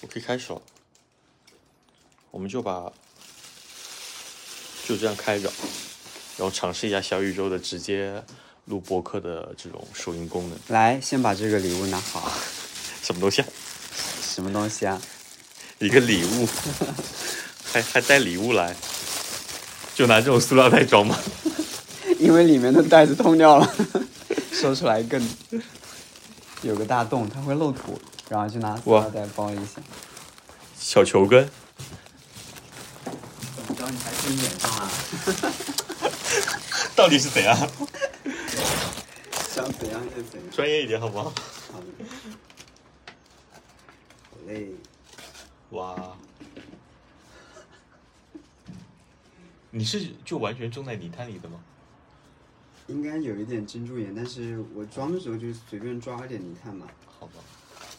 我可以开始了。我们就把就这样开着，然后尝试一下小宇宙的直接录播客的这种收音功能，来，先把这个礼物拿好。 什么东西啊？什么东西啊？一个礼物， 还还带礼物来，就拿这种塑料袋装吗？因为里面的袋子通掉了， 收出来更有个大洞，它会漏土，然后就拿塑料袋包一下。小球根，怎么着？你还真演上了？到底是怎样？想怎样就怎样。专业一点好不好？好的好嘞，哇，你是就完全种在泥潭里的吗？应该有一点珍珠岩，但是我装的时候就随便抓一点泥炭嘛。好吧，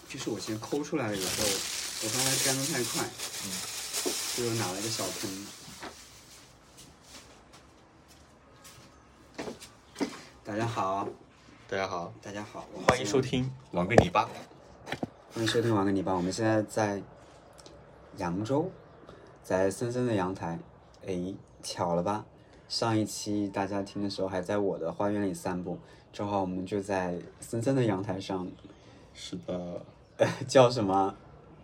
就是我先抠出来了以后，我刚才干的太快，嗯就拿了一个小盆。大家好，大家好，大家好，我们欢迎现在收，听《玩个泥巴》。欢迎收听王跟你吧。我们现在在扬州，在森森的阳台。哎，巧了吧？上一期大家听的时候还在我的花园里散步，正好我们就在森森的阳台上是的，叫什么？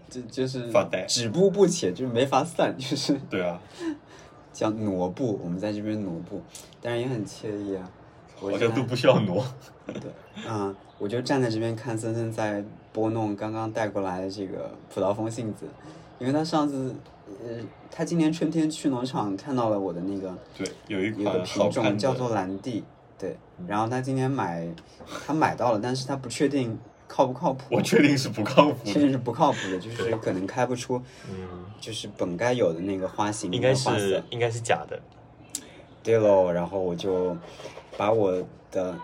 就就是发呆止步不前，就是没法散， 就是对啊，叫挪步。我们在这边挪步，当然也很惬意啊。我好就像都不需要挪。嗯，我就站在这边看森森在拨弄刚刚带过来的这个葡萄风信子，因为他上次，呃，他今年春天去农场看到了我的那个对，有一有一个款好看品种的，嗯叫做蓝地，对，然后他今年买，他买到了，但是他不确定靠不靠谱，我确定是不靠谱确的。定是不靠谱的，就是可能开不出，嗯，就是本该有的那个花型应该跟花色是应该是假的。对喽，然后我就把我的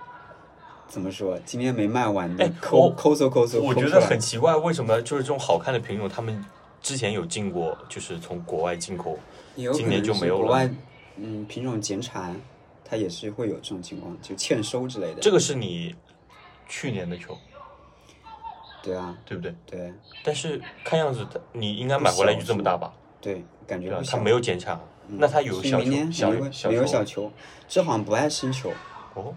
怎么说，今天没卖完的哎抠我抠搜抠搜抠我出觉得来很，奇怪，为什么就是这种好看的品种，他们之前有进过，就是从国外进口。也有今可年能就是没有国了外嗯品种减产，它也是会有这种情况，就欠收之类的。这个是你去年的球，对啊，对不对？对但是看样子它你应该买回来就这么大吧？对，感对觉吧不？它小。没有减产，那它有所以小明球年小没有小没有小球球，这好像不爱生球，哦，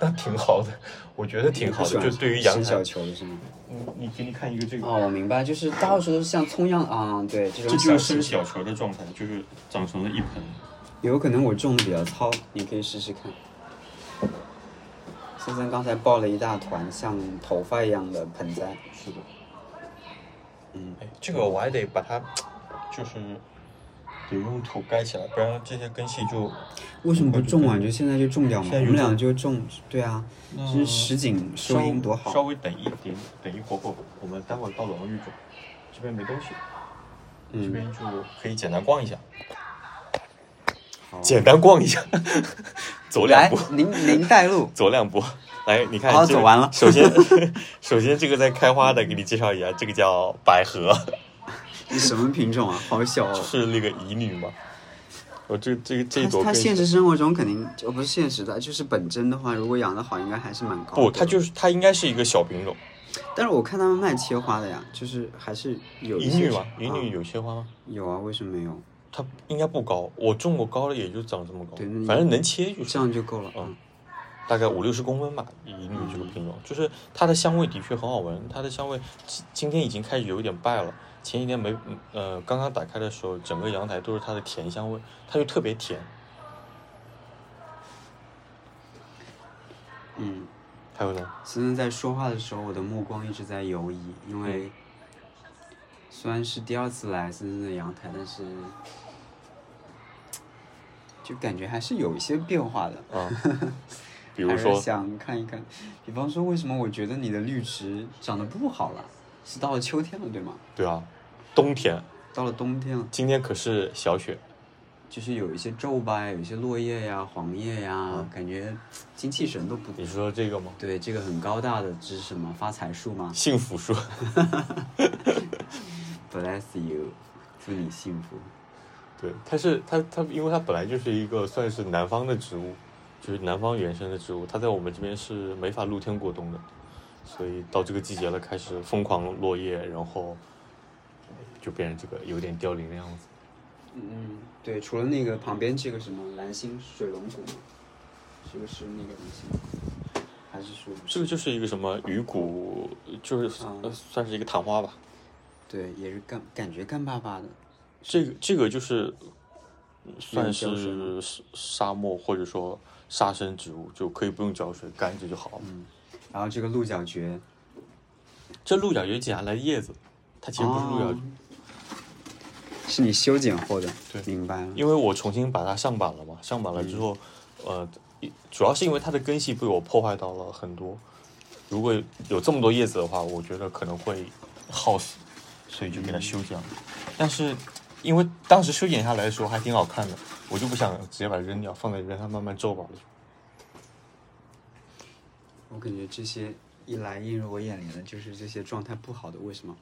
那挺好的，我觉得挺好你不的。喜欢就对于阳生台小，球的是吗？你你给你看一个这哦，我明白，就是大多数都是像葱一样啊、对，这种小球。小球的状态，就是长成了一盆。有可能我种的比较糙，你可以试试看。森森刚才抱了一大团像头发一样的盆栽，是的，嗯，哎，这个我还得把它，就是得用土盖起来，不然这些根系就为什么不种啊？你就现在就种掉嘛，现我在就们俩就种，对啊，这实景稍收音多稍好。微等一点，等一会儿会儿，我们待会儿到老王玉种，这边没东西，这嗯，边就可以简单逛一下，好简单逛一下， 走两来步，，您您带路，走两步。来，你看，好这个走完了首先， 首先这个在开花的，给你介绍一下，这个叫百 合，你什么品种啊？好小哦。是那个乙女嘛。我这这个这一朵它它更现实生活中肯定哦就不是现实的，就是本真的话，如果养得好，应该还是蛮高的。不，它就是它应该是一个小品种，但是我看他们卖切花的呀，就是还是有一乙些女嘛，乙啊女有切花吗？有啊，为什么没有？它应该不高，我种过高的也就长这么高对那你，反正能切就是这。样就哦够了。嗯大概五六十公分吧，乙女这嗯个品种，就是它的香味的确很好闻，它的香味今今天已经开始有一点败了。前几天没，嗯呃，刚刚打开的时候，整个阳台都是它的甜香味，它就特别甜。嗯，还有呢，森森在说话的时候，我的目光一直在游移，因为虽然是第二次来森森的阳台，但是就感觉还是有一些变化的。 啊，比如还是说，想看一看，比方说为什么我觉得你的绿植长得不好了？是到了秋天了，对吗？对啊，冬天，到了冬天了，今天可是小雪，就是有一些皱巴，有一些落叶呀、黄叶呀，嗯感觉精气神都不你是说这个吗？对。这个很高大的，这是什么发财树吗幸福树， ？Bless you，祝你幸福。对，它是它它，因为它本来就是一个算是南方的植物，就是南方原生的植物，它在我们这边是没法露天过冬的，所以到这个季节了，开始疯狂落叶，然后就变成这个有点凋零的样子。嗯，对，除了那个旁边这个什么蓝星水龙骨嘛，这个是那个东西，还是说这个就是一个什么鱼骨，就是、嗯呃算是一个昙花吧。对，也是干感觉干巴巴的，这个这个就是算浇水吗是沙沙漠或者说沙生植物，就可以不用浇水，干着就好了。嗯然后这个鹿角蕨，这鹿角蕨捡下来的叶子，它其实不是鹿角哦，是你修剪后的，对明白了，因为我重新把它上板了嘛，上板了之后，呃，一主要是因为它的根系被我破坏到了很多。如果有这么多叶子的话，我觉得可能会耗死，所以就给它修剪了。但是因为当时修剪下来的时候还挺好看的，我就不想直接把它扔掉，放在让它慢慢皱吧。我感觉这些一来映入我眼帘的就是这些状态不好的，为什么？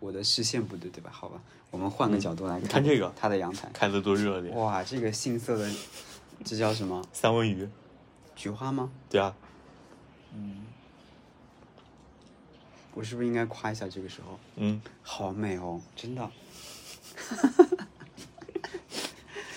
我的视线不对，对吧？好吧，我们换个角度来看嗯看这个它的阳台，开的多热烈，哇，这个杏色的，这叫什么？三文鱼，菊花吗？对啊，我是不是应该夸一下这个时候？嗯，好美哦，真的。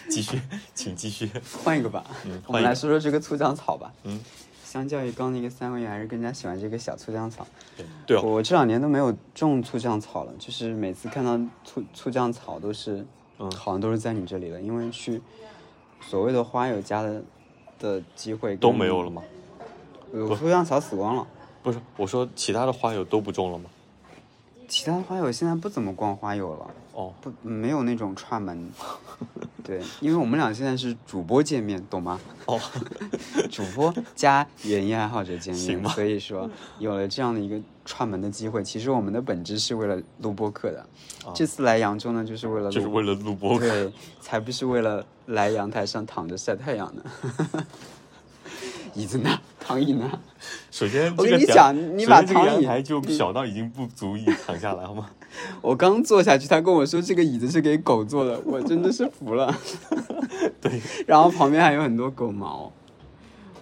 继 续，请继续，换一个吧，嗯我换们一个来说说这个醋浆草吧。嗯，相较于刚那个三文鱼，还是更加喜欢这个小醋浆草。对对哦，我这两年都没有种醋酱草了，就是每次看到醋醋酱草都是，嗯好像都是在你这里的，因为去所谓的花友家的的机会都跟没有了，吗？有醋酱草死光了。不是，我说其他的花友都不种了吗？其他的花友现在不怎么逛花友了，哦，不没有那种 串门，对，因为我们俩现在是主播见面，懂吗？哦， 主播加园艺爱好者见行面，吧所以说有了这样的一个串门的机会，其实我们的本质是为了录播客的。这次来扬州呢，就是为了啊就是录为了录播客，对，才不是为了来阳台上躺着晒太阳呢。 椅子呢？躺椅呢？首先，我这跟个你阳讲你首把先这个躺阳椅台就小到已经不足以躺下来，好 吗？我刚坐下去，他跟我说这个椅子是给狗坐的，我真的是服了。 对， 然后旁边还有很多狗毛。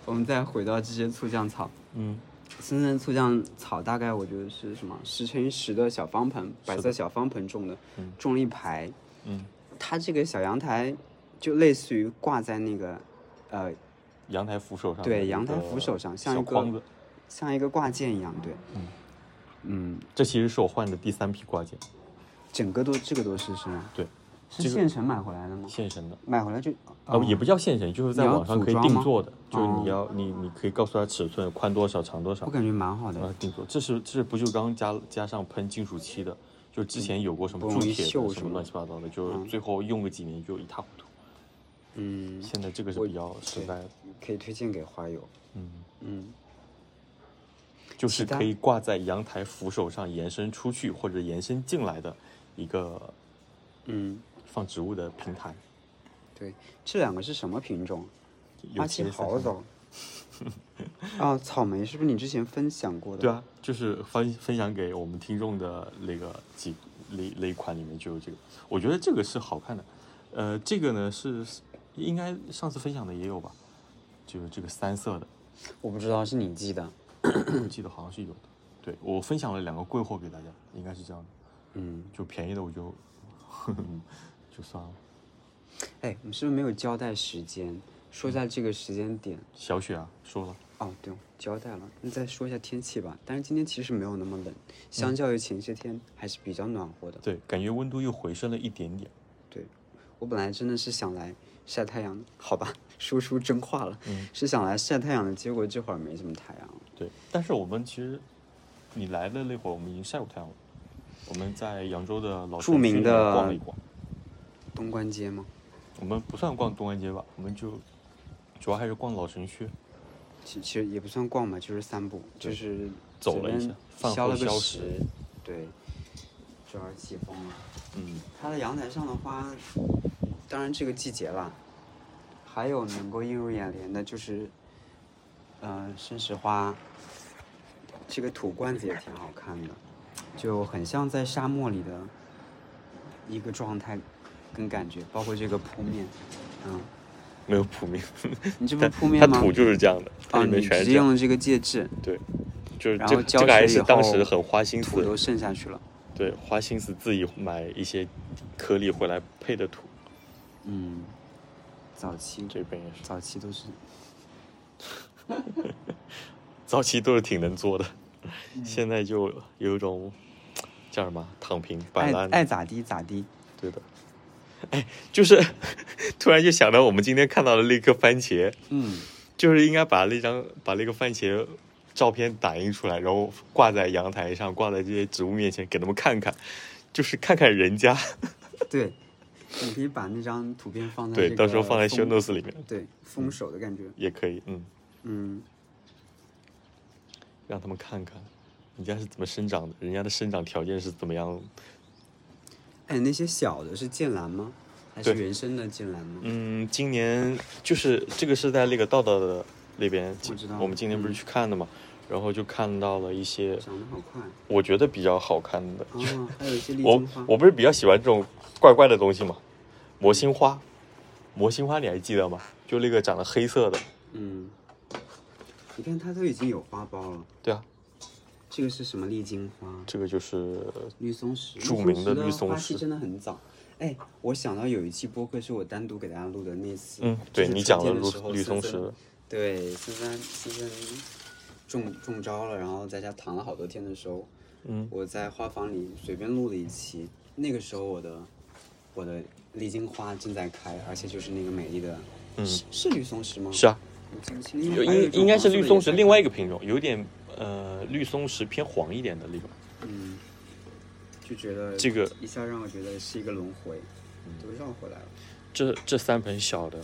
我们再回到这些醋酱草，嗯，深圳醋酱草大概我觉得是什么十乘以十的小方盆，白色小方盆种的，种了一排。嗯，它这个小阳台就类似于挂在那个，呃，阳台扶手上，对阳台扶手上像一小个筐子。像一个挂件一样，对，嗯，这其实是我换的第三批挂件，整个都这个都是是吗？对，是这个现成买回来的吗？现成的。买回来就啊，也不叫现成，就是在哦你要网上可以组装吗定做的，就是你哦要你你可以告诉他尺寸，宽多少，长多少我。感觉蛮好呃的，，定做，这是这不锈钢加加上喷金属漆的，就之前有过什么嗯不铸容易铁的锈什是么吗乱七八糟的，就是嗯最后用个几年就一塌糊涂。嗯，现在这个是我比较实对在的，可以推荐给花友，嗯，嗯，就是其他可以挂在阳台扶手上延伸出去或者延伸进来的一个嗯，放植物的平台。对，这两个是什么品种？有阿奇些好三早。 啊，草莓是不是你之前分享过的？对，啊，就是分分享给我们听众的那个几那那一款里面就有这个，我觉得这个是好看的。呃，这个呢是应该上次分享的也有吧，就是这个三色的，我不知道是你记的，我记得好像是有的。对我分享了两个贵货给大家，应该是这样的，嗯，就便宜的我就 就算了。哎，我们是不是没有交代时间？说一下这个时间点，小雪啊，说了，哦，对，交代了。那再说一下天气吧。但是今天其实没有那么冷，相嗯较于前些天还是比较暖和的。对，感觉温度又回升了一点点。对，我本来真的是想来晒太阳，好吧，说出真话了，嗯 是想来晒太阳的。结果这会儿没什么太阳了。对，但是我们其实你来的那会儿，我们已经晒过太阳了。我们在扬州的老著城名区里面的逛了一逛，东关街吗？我们不算逛东安街吧，我们就主要还是逛老城区，其其实也不算逛吧，就是散步，就是走了一随下便饭消后了个消食食。对，这会儿起风了。嗯，它的阳台上的花，当然这个季节啦，还有能够映入眼帘的就是，呃，生石花，这个土罐子也挺好看的，就很像在沙漠里的一个状态跟感觉，包括这个铺面，嗯，没有铺面，你这不它是铺面吗它？土就是这样的，它啊，里面你全直是这接样，用了这个介质，对，就是然这后个浇这个还水以是当时后很花心思土的都渗下去了，对，花心思自己买一些颗粒回来配的土，嗯，早期这边也是，早期都是早期都是挺能做的，嗯现在就有一种叫什么躺平摆爱烂，爱咋地咋地，对的。哎，就是 突然就想到我们今天看到的那颗番茄，嗯，就是应该把那张把那个番茄照片打印出来，然后挂在阳台上，挂在这些植物面前，给他们看看，就是看看人家。对，你可以把那张图片放在对，这到时候个放在 show 封 notes 里面对封手的感觉，也可以，嗯，嗯，让他们看看人家是怎么生长的，人家的生长条件是怎么样。哎，那些小的是剑兰吗？还是对原生的剑兰吗？嗯，今年就是这个是在那个道道的那边，我知道我们今年不是嗯去看的嘛，然后就看到了一些长得好快我觉得比较好看的，哦，还有一些 丽我晶花，嗯我不是比较喜欢这种怪怪的东西吗？魔心花，魔心花你还记得吗？就那个长得黑色的，嗯，你看它都已经有花苞了，对啊，这个是什么丽晶花？这个就是绿松石，著名的绿绿松花石期真的很早。哎，我想到有一期播客是我单独给大家录的那次，嗯，就对是你春讲了天的时候绿绿松，森石森，对，森森森森中中招了，然后在家躺了好多天的时候，嗯，我在花房里随便录了一期，那个时候我的我的丽晶花正在开，而且就是那个美丽的，嗯是是绿松石吗？是啊，我记不清，因为嗯还有一应种应该是黄色的绿松也石在另外一个开，品种，有点呃绿松石偏黄一点的那种，嗯，就觉得这个嗯一下让我觉得是一个轮回，都绕回来了。这这三盆小的，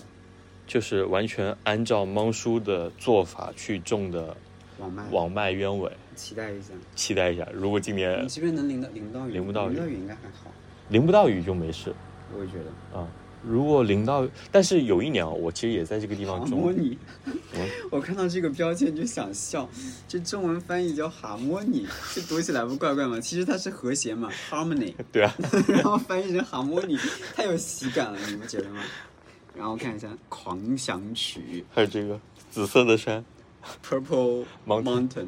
就是完全按照猫叔的做法去种的网麦，网麦鸢尾，期待一下。期待一下，如果今年你这边能淋到淋到雨，淋不呃到雨淋到雨应该还好，淋不到雨就没事我也觉得。啊。如果淋到，但是有一年啊，我其实也在这个地蛤方蟆种，啊你啊嗯， 我看到这个标签就想笑。这中文翻译叫蛤蟆你， 这读起来不怪怪吗？其实它是和 谐嘛，harmony， 对啊，然后翻译成蛤蟆你，太有喜感了，你不觉得吗？然后看一下《狂想曲还有这个紫色的山，》 ，Purple Mountain Mountain，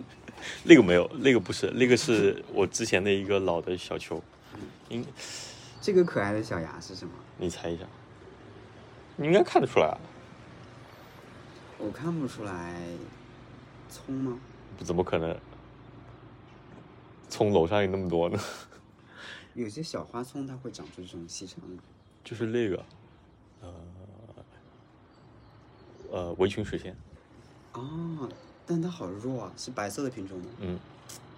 那个没有，那个不是，那个是我之前的一个老的小球，应这个可爱的小牙是什么？你猜一下，你应该看得出来啊，我看不出来，葱吗？不怎么可能，从楼上有那么多呢，有些小花葱它会长出这种细长的。就是那个，呃，呃，围裙水仙，哦，但它好弱啊，是白色的品种吗？嗯，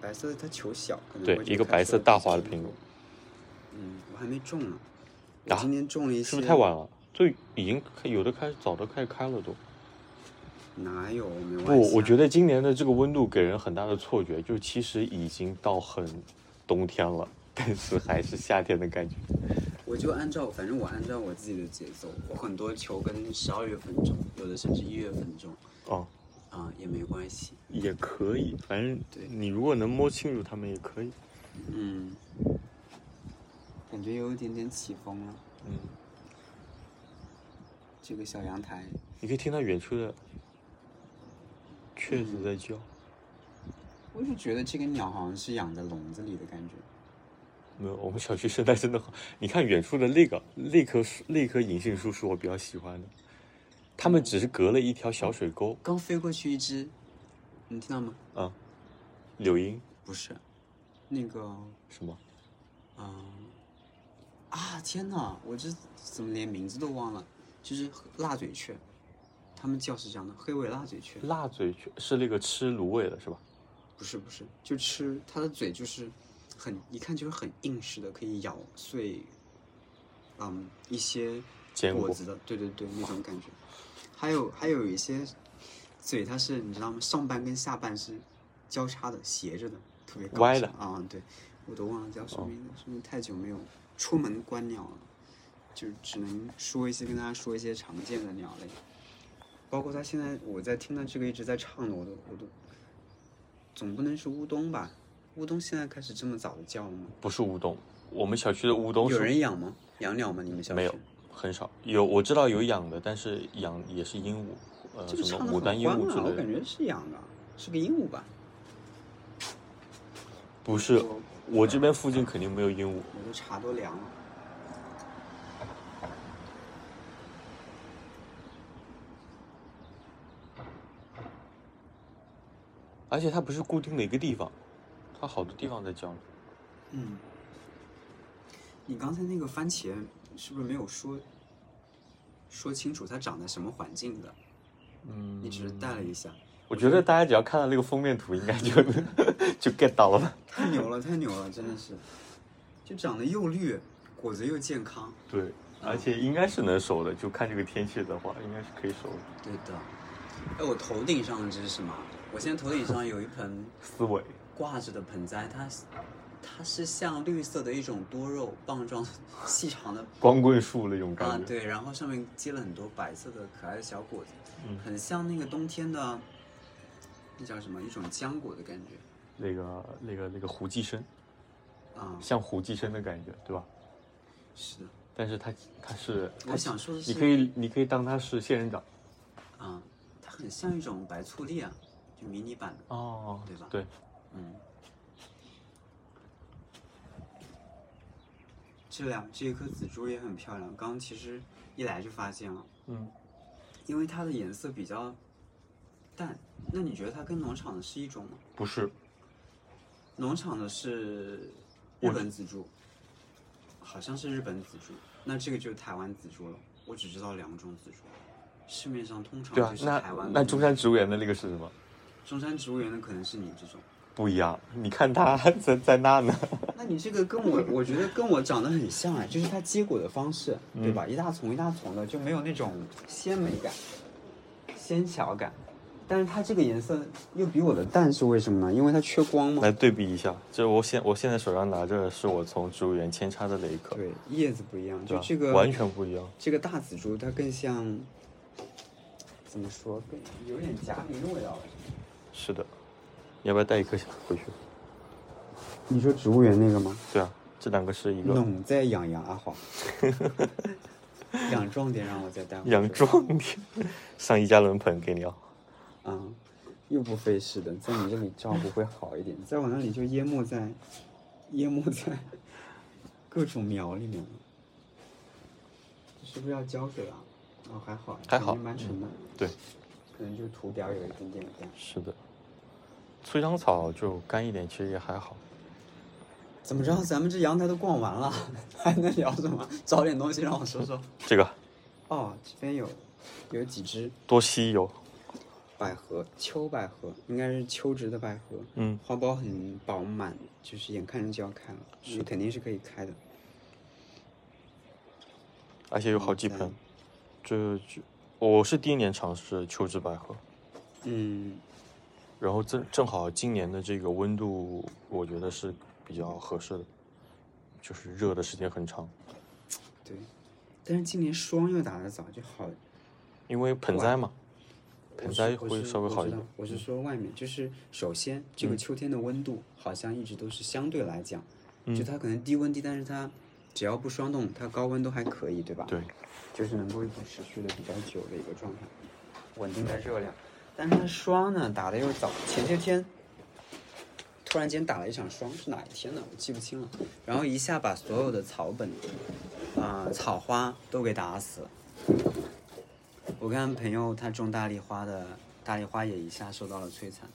白色的它球小，可能对会一个开白出色来大比较花的多品种。嗯，我还没种呢，我啊今天种了一些。是不是太？晚了？就已经开有的开早都开始开了都。哪有？我没晚不，我觉得得今年的这个温度给人很大的错觉，就其实已经到很冬天了，但是还是夏天的感觉。我就按照，反正我按照我自己的节奏，我很多球跟十二月份种，有的甚至一月份种，哦，啊、也没关系。也可以，反正对你如果能摸清楚它们也可以。嗯，感觉有一点点起风了。嗯，这个小阳台，你可以听到远处的雀子在叫。我就觉得这个鸟好像是养在笼子里的感觉。没有，我们小区生态真的好。你看远处的那个那棵树，那棵银杏树是我比较喜欢的，它们只是隔了一条小水沟刚飞过去一只，你听到吗？啊。柳荫不是，那个，什么？嗯、啊，天哪，我这怎么连名字都忘了？就是辣嘴雀，它们叫是这样的，黑尾辣嘴雀，辣嘴雀是那个吃芦苇的是吧？不是不是，就吃它的嘴就是很一看就是很硬实的，可以咬碎，嗯，一些坚果果子的，对对对，那种感觉。还有还有一些嘴它是你知道吗？上半跟下半是交叉的，斜着的，特别搞歪笑的啊、对，我都忘了叫什么名字，是不是太久没有出门观鸟了？就只能说一些跟大家说一些常见的鸟类，包括它现在我在听到这个一直在唱的，我都我都，总不能是乌冬吧？乌冬现在开始这么早的叫了吗？不是乌冬，我们小区的乌冬有是人养吗？养鸟吗？你们小区没有很少，有我知道有养的，但是养也是鹦鹉，呃，这个什唱么的牡很丹鹦欢鹉啊，我之类感的，觉是养的，是个鹦鹉吧？不是我我这边附近肯定没有鹦鹉。我的茶都凉了。而且它不是固定的一个地方，它好多地方在叫你。嗯，你刚才那个番茄是不是没有说说清楚它长在什么环境的？嗯你只是带了一下，我觉得大家只要看到那个封面图，应该就 就 get 到了吧？太牛了，太牛了，真的是，就长得又绿，果子又健康。对，而且应该是能熟的，就看这个天气的话，应该是可以熟的。对的。哎，我头顶上的这是什么？我现在头顶上有一盆思维，挂着的盆栽，它是它是像绿色的一种多肉棒状细长的光棍树那种啊感，觉。对，然后上面结了很多白色的可爱的小果子，嗯很像那个冬天的，那叫什么一种浆果的感觉那个那个那个胡寄生，啊，像胡寄生的感觉，对吧？是的，但是它它是，我想说的是，哎你可以你可以当它是仙人掌。啊，它很像一种白醋栗啊，就迷你版的，哦对吧对，嗯。这两这一颗紫珠也很漂亮，刚刚其实一来就发现了，嗯，因为它的颜色比较淡。那你觉得它跟农场的是一种吗？不是，农场的是日本紫珠，好像是日本紫珠，那这个就是台湾紫珠了。我只知道两种紫珠，市面上通常对啊就，是台那湾那的中山植物园的那个是什么？中山植物园的可能是你这种，不一样，你看它在在那呢。那你这个跟我我觉得跟我长得很像哎，就是它结果的方式，嗯对吧？一大丛一大丛的，就没有那种鲜美感、纤巧感。但是它这个颜色又比我的淡，是为什么呢？因为它缺光嘛。来对比一下，这我现我现在手上拿着是我从植物园扦插的雷克，对，叶子不一样，对就吧这个完全不一样。这个大紫珠它更像，怎么说，更有点夹米的味道了。是的，你要不要带一颗回去？你说植物园那个吗？对啊，这两个是一 个农在养羊阿黄， 养壮点让我再带回去。养壮点，上一加仑盆给你啊。啊，又不费事的，在你这里照顾会好一点，在我那里就淹没在，淹没在 各种苗里面了。这是不是要浇水啊？哦，还好，还好感觉蛮沉的，对，可能就土表有一点点干。是的，催长草就干一点，其实也还好。怎么着？咱们这阳台都逛完了，还能聊什么？找点东西让我说说。这个哦，这边有有几只多吸油，百合，秋百合，应该是秋植的百合，嗯，花苞很饱满，就是眼看着就要开了，嗯你肯定是可以开的。而且有好几嗯盆。这这，我是第一年尝试秋之百合，嗯，然后正正好今年的这个温度，我觉得是比较合适的，就是热的时间很长，对。但是今年霜又打得早，就好。因为盆栽嘛，我盆是栽我会是稍微我好知一道点。嗯我是说外面，就是首先这个秋天的温度好像一直都是相对来讲，嗯就它可能低温低，但是它只要不霜冻，它高温都还可以，对吧？对，就是能够一直持续的比较久的一个状态，稳定的热量。但是它霜呢打的又早，前些天突然间打了一场霜，是哪一天呢？我记不清了。然后一下把所有的草本，啊、草花都给打死了。我看朋友他种大丽花的，大丽花也一下受到了摧残。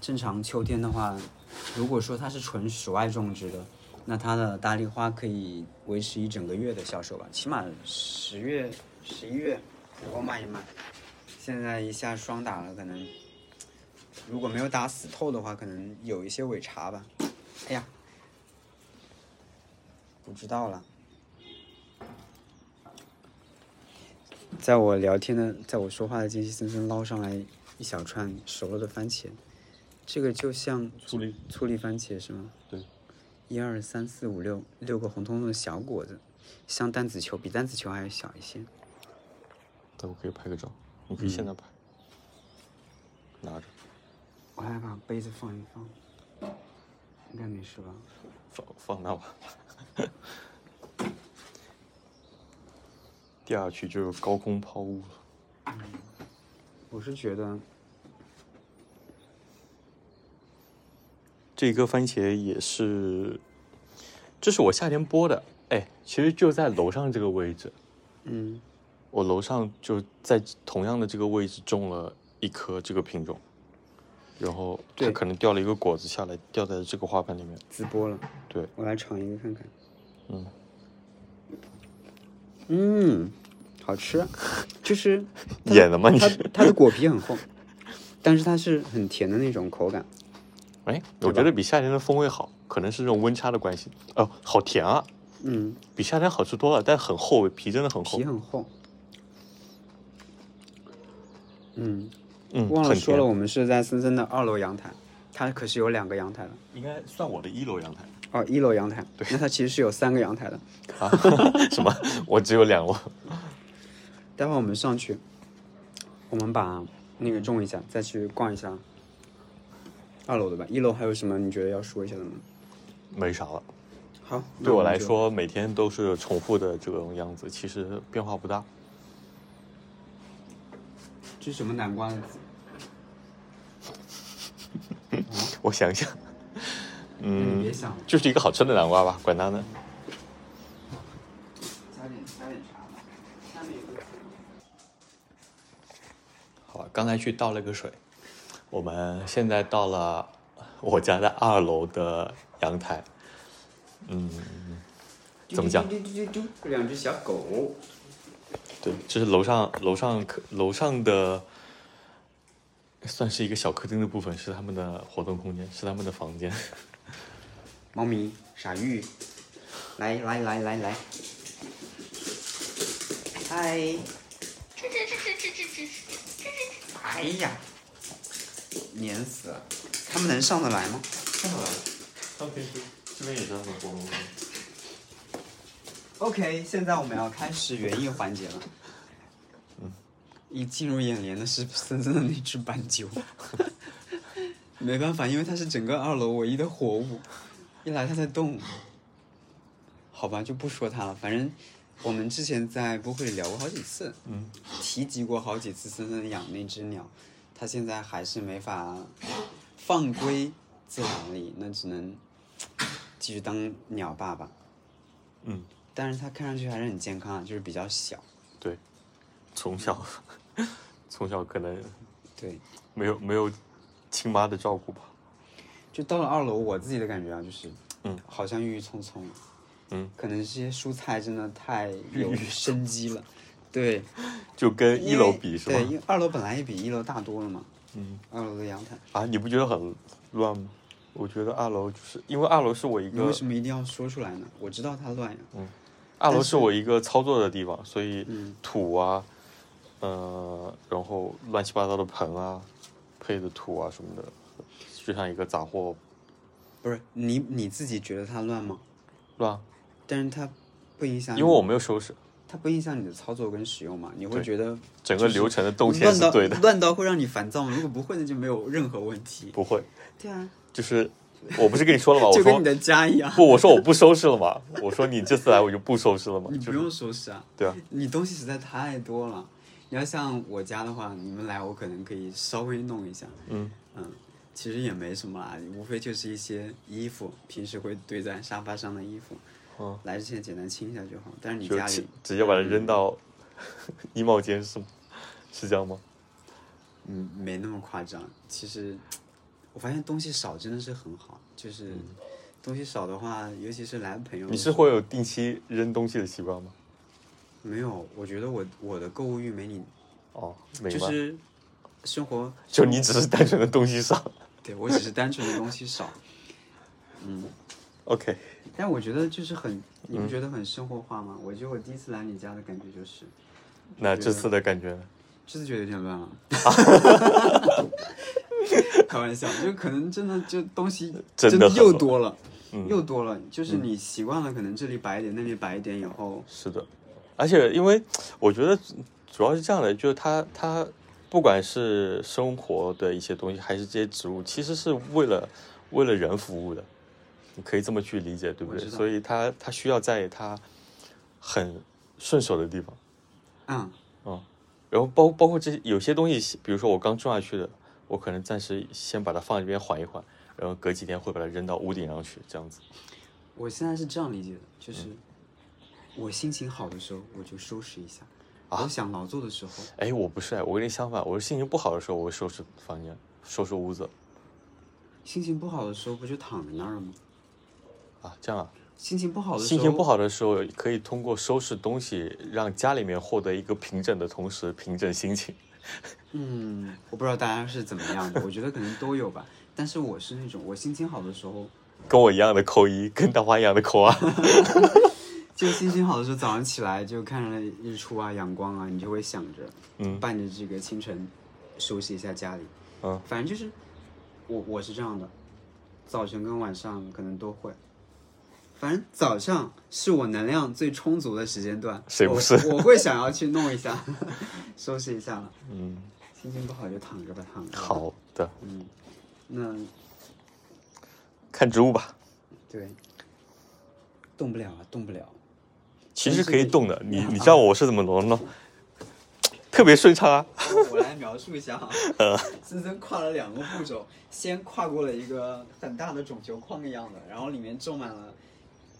正常秋天的话，如果说它是纯室外种植的，那它的大丽花可以维持一整个月的销售吧，起码十月、十一月能够卖一卖。现在一下霜打了，可能如果没有打死透的话，可能有一些尾茬吧。哎呀，不知道了。在我聊天的，在我说话的间隙，森森捞上来一小串熟了的番茄，这个就像醋栗醋栗番茄是吗？对，一二三四五六六个红彤彤的小果子，像弹子球，比弹子球还要小一些。但我可以拍个照，你嗯可以现在拍，拿着我来把杯子放一放，应该没事吧？放放那吧。第二区就是高空抛物了，我是觉得，这个番茄也是，这是我夏天播的，哎，其实就在楼上这个位置，嗯，我楼上就在同样的这个位置种了一颗这个品种，然后它对可能掉了一个果子下来，掉在这个花盆里面，直播了，对，我来尝一个看看。嗯，嗯，好吃，就是它演的吗你它它的果皮很厚，但是它是很甜的那种口感。哎，我觉得比夏天的风味好，可能是这种温差的关系，哦，好甜啊，嗯，比夏天好吃多了，但很厚，皮真的很厚皮，啊很厚。嗯，嗯，忘了很说甜了，我们是在森森的二楼阳台，它可是有两个阳台的。应该算我的一楼阳台哦，一楼阳台，那它其实是有三个阳台的。啊， 什么？我只有两楼，待会儿我们上去，我们把那个种一下，再去逛一下二楼的吧。一楼还有什么你觉得要说一下的吗？没啥了。好，对我来说。说，每天都是重复的这种样子，其实变化不大。这是什么南瓜的籽？我想想，你嗯别，想了，就是一个好吃的南瓜吧，管它呢。加点加点啥吧。下面有个好吧，刚才去倒了个水，我们现在到了我家的二楼的阳台。嗯，怎么讲啾啾啾啾啾啾两只小狗，对，这是楼上楼上客楼上的，算是一个小客厅的部分，是他们的活动空间，是他们的房间。猫咪傻玉，来来来来来，嗨，哎呀，粘死了，他们能上得来吗？他们平时这边也是他们的活动空间。 OK，现在我们要开始园艺环节了。一进入眼帘的是 森森的那只斑鸠， 没办法，因为它是整个二楼唯一的活物，一来它在动。好吧，就不说它了，反正我们之前在播会里聊过好几次，嗯，提及过好几次森森养那只鸟，它现在还是没法放归自然里，那只能继续当鸟爸爸。嗯，但是它看上去还是很健康啊，就是比较小。对，从小从小可能对，没有没有亲妈的照顾吧。就到了二楼，我自己的感觉啊，就是，嗯，好像郁郁葱葱，嗯，可能这些蔬菜真的太有生机了，对， 就跟一因楼为比是对，吗？因为二楼本来也比一楼大多了嘛，嗯二楼的阳台，啊，你不觉得很乱吗？我觉得二楼就是因为二楼是我一你个为什么一定要说出来呢？我知道它乱呀，二楼但是是我一个操作的地方，所以嗯土啊，呃，然后乱七八糟的盆啊，配的土啊什么的，就像一个杂货不是你你自己觉得它乱吗？乱，但是它不影响因为你，我没有收拾，它不影响你的操作跟使用嘛，你会对觉得整个就是流程的动线乱是到对的，乱到会让你烦躁吗？如果不会，那就没有任何问题。不会，对啊，就是我不是跟你说 了吗？我就跟说你的家一样，不，我说我不收拾了嘛，我说你这次来我就不收拾了嘛，你就不是用收拾啊。对啊， 你东西实在太多了。你要像我家的话，你们来我可能可以稍微弄一下，嗯，嗯，其实也没什么啦，无非就是一些衣服，平时会堆在沙发上的衣服，嗯，来之前简单清一下就好。但是你就家直里，嗯直接把它扔到 衣帽间是吗？是这样吗？嗯，没那么夸张。其实我发现东西少真的是很好，就是东西少的话，尤其是来朋友，嗯你是会有定期扔东西的习惯吗？没有？我觉得我我的购物欲没你，哦，明白。就是生活就你只是单纯的东西少。对我只是单纯的东西少， OK，但我觉得就是很，你嗯们觉得很生活化吗？我觉得我第一次来你家的感觉就是，那这次的感觉呢？就是觉得有点乱了。 开玩笑，就可能真的就东西 真的的很又乱多了，嗯又多了。就是你习惯了，可能这里摆一点，那里摆一点以后，是的，而且因为我觉得主要是这样的，就是它它不管是生活的一些东西，还是这些植物，其实是为了为了人服务的，你可以这么去理解，对不我对？知道所以它它需要在它很顺手的地方。嗯，嗯，然后包包括这些有些东西，比如说我刚种下去的，我可能暂时先把它放一边缓一缓，然后隔几天会把它扔到屋顶上去，这样子。我现在是这样理解的，嗯就是我心情好的时候我就收拾一下，啊我想劳作的时候，哎，我不是，我跟你相反，我是心情不好的时候，我会收拾房间，收拾屋子心情不好的时候不就躺在那儿了吗？啊，这样啊。心情不好的时候，心情不好的时候，可以通过收拾东西，让家里面获得一个平整的同时，平整心情。嗯，我不知道大家是怎么样的，我觉得可能都有吧。但是我是那种，我心情好的时候，跟我一样的扣一，跟大花一样的扣二。 就心情好的时候，早上起来就看着日出啊、阳光啊，你就会想着，嗯伴着这个清晨，收拾一下家里。嗯，反正就是，我我是这样的，早晨跟晚上可能都会。反正早上是我能量最充足的时间段，谁不是我？我会想要去弄一下， 收拾一下了。嗯，心情不好就躺着吧，躺着。，好的，那看植物吧。对，动不了啊，动不了。其实可以动的，你你知道我是怎么弄的呢？ 特别顺畅啊！哦我来描述一下哈，嗯 森森跨了两个步骤，先跨过了一个很大的种球框一样的，然后里面种满了，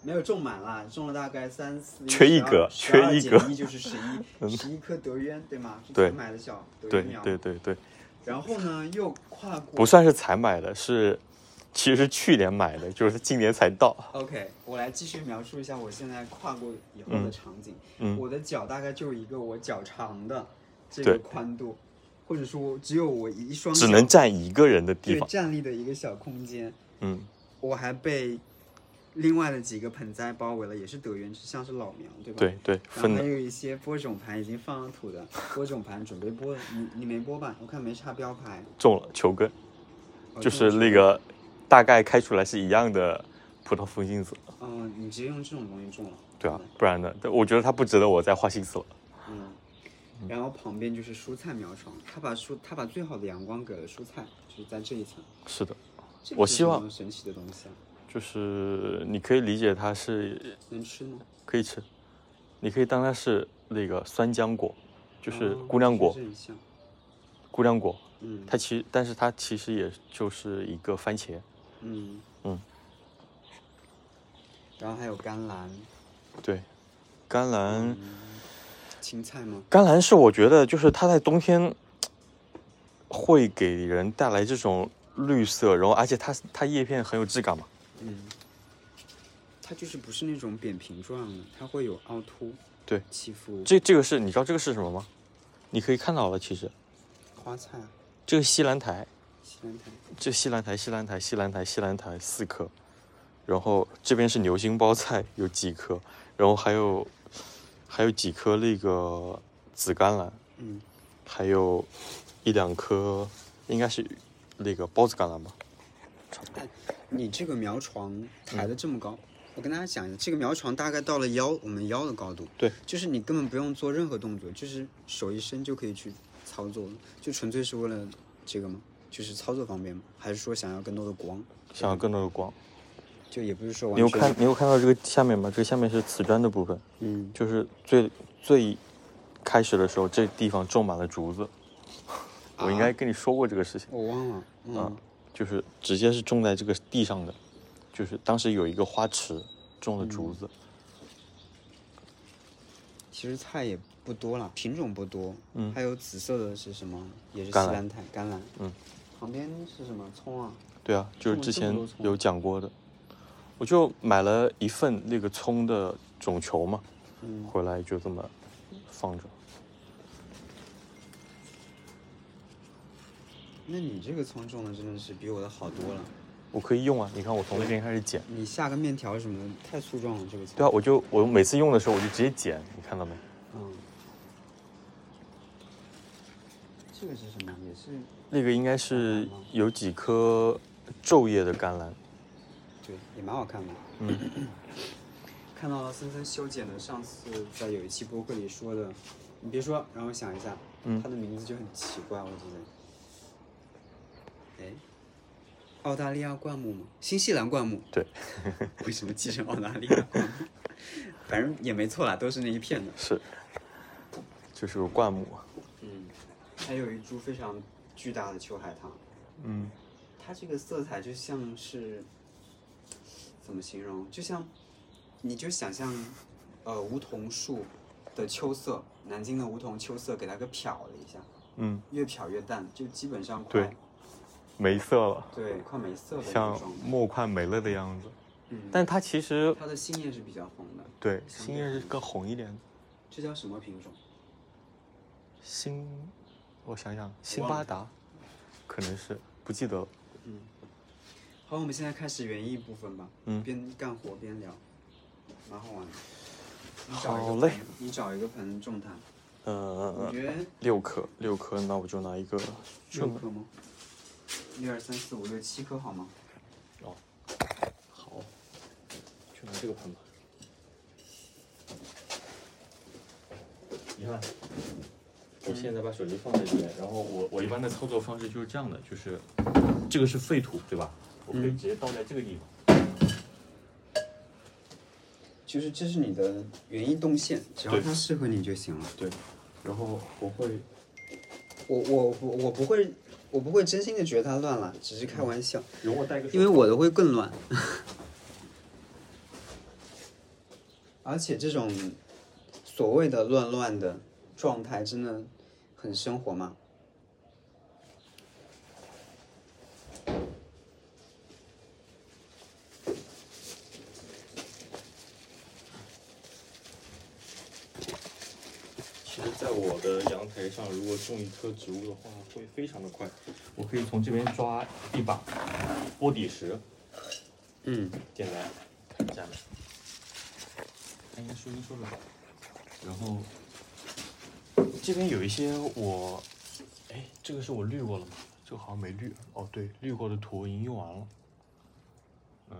没有种满啦，种了大概三四，缺一格缺一一格嗯一就是十一，十一颗德渊对吗？是对才买的小德对渊苗。对对对，然后呢，又跨过，不算是才买的，是其实是去年买的，就是今年才到。 OK，我来继续描述一下我现在跨过以后的场景。嗯我的脚大概就有一个我脚长的这个对宽度，或者说只有我一双只脚能占一个人的地对方。站立的一个小空间。嗯，我还被另外的几个盆栽包围了，也是德源，像是老苗，对吧？对对，然分后还的。有一些播种盘已经放 上土的，播种盘准备播的，你你没播吧？我看没插标牌，中了球根，哦就是这种那个大概开出来是一样的葡萄风信子，嗯、你直接用这种东西种了，对啊，不然呢，但我觉得它不值得我再花心思了。嗯，然后旁边就是蔬菜苗床，他把蔬他把最好的阳光给了蔬菜，就是在这一层。是的，这个我是希什望么神奇的东西啊，就是你可以理解它是能吃吗？可以吃，你可以当它是那个酸浆果，就是哦姑娘果，确实很像，姑娘果，嗯它其实但是它其实也就是一个番茄，嗯嗯，然后还有甘蓝，对，甘蓝，青菜吗？甘蓝是我觉得就是它在冬天会给人带来这种绿色，然后而且它它叶片很有质感嘛。嗯，它就是不是那种扁平状的，它会有凹凸对，起伏。这这个是你知道这个是什么吗？你可以看到了，其实花菜啊，这个西兰苔，西兰苔，这西兰苔、西兰苔、西兰苔、西兰苔四颗，然后这边是牛心包菜有几颗，然后还有还有几颗那个紫甘蓝，嗯，还有一两颗应该是那个包子甘蓝吧。你这个苗床抬得这么高，我跟大家讲一下，这个苗床大概到了腰，我们腰的高度。对，就是你根本不用做任何动作，就是手一伸就可以去操作了，就纯粹是为了这个吗？就是操作方便吗？还是说想要更多的光？想要更多的光，就也不是说你完有全看你有看到这个下面吗？这个下面是瓷砖的部分，嗯，就是最最开始的时候，这地方种满了竹子。我应该跟你说过这个事情，我忘了，啊嗯，啊就是直接是种在这个地上的，就是当时有一个花池种了嗯竹子，其实菜也不多了，品种不多。嗯还有紫色的是什么？也是西甘蓝兰苔，甘蓝。嗯。旁边是什么？葱啊。对啊，就是种了之这么前多葱有讲过的，我就买了一份那个葱的种球嘛，嗯。回来就这么放着。那你这个葱种的真的是比我的好多了。我可以用啊，你看我从这边开始剪，你下个面条什么的太粗壮了，这个葱。对啊，我就我每次用的时候我就直接剪，你看到没？嗯。这个是什么？也是那个应该是有几颗昼夜的甘蓝，对，也蛮好看的。嗯， 看到了森森修剪的上次在有一期播客里说的，你别说，让我想一下，嗯他的名字就很奇怪，我记得。哎，澳大利亚灌木吗？新西兰灌木。 对。为什么记成澳大利亚 灌木？反正也没错啦，都是那一片的。是，就是个灌木，啊嗯，还有一株非常巨大的秋海棠，嗯，它这个色彩就像是怎么形容？就像你就想象，呃，梧桐树的秋色，南京的梧桐秋色，给它给漂了一下，嗯，越漂越淡，就基本上对快没色了，对快没色的那像种状态。墨快没了的样子。嗯，但它其实它的新叶是比较红的，对相新对叶是红更红一点的。这叫什么品种？新，我想想，辛巴达，可能是不记得了。好，我们现在开始园艺部分吧。嗯边干活边聊，蛮好玩的。你找一个好嘞盆，你找一个盆种它。嗯嗯我嗯，觉得六颗六颗，那我就拿一个六顺颗吗？一二三四五六七颗好吗？好，去拿这个盆吧。你看，嗯我现在把手机放在这边，然后我我一般的操作方式就是这样的，就是这个是废土，对吧？我可以直接倒在这个地方。就是这是你的园艺动线，只要对它适合你就行了。对，然后我会，我我不我不会，我不会真心的觉得它乱了，只是开玩笑，容我带个手因为我的会更 乱。而且这种所谓的乱乱的状态，真的很生活吗？其实，在我的阳台上，如果种一棵植物的话，会非常的快。我可以从这边抓一把波底石嗯，进来，看一下，看一下哎说明书吧。然后这边有一些我，哎，这个是我滤过了吗？这个好像没滤。哦，对，滤过的图我已经用完了。嗯，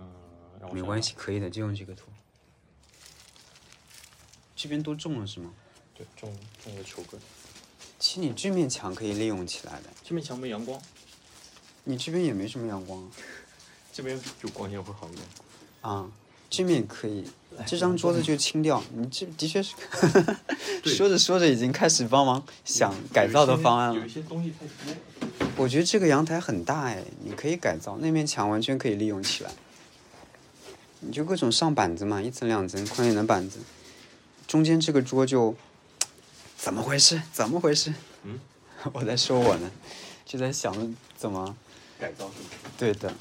让我没想关想。系，可以的，就用这个图。这边都种了是吗？对，种种个球根，其实你这面墙可以利用起来的，这面墙没阳光，你这边也没什么阳光啊这边就光线会好一点。嗯啊，这面也可以，哎这张桌子就清掉。你这的 确是，说着说着已经开始帮忙想改造的方案有了一。些东西太多了。我觉得这个阳台很大哎，你可以改造，那面墙完全可以利用起来。你就各种上板子嘛，一层两层宽一点的板子，中间这个桌就，怎么回事？怎么回事？嗯， 我在说我呢，就在想着怎么改造是对的。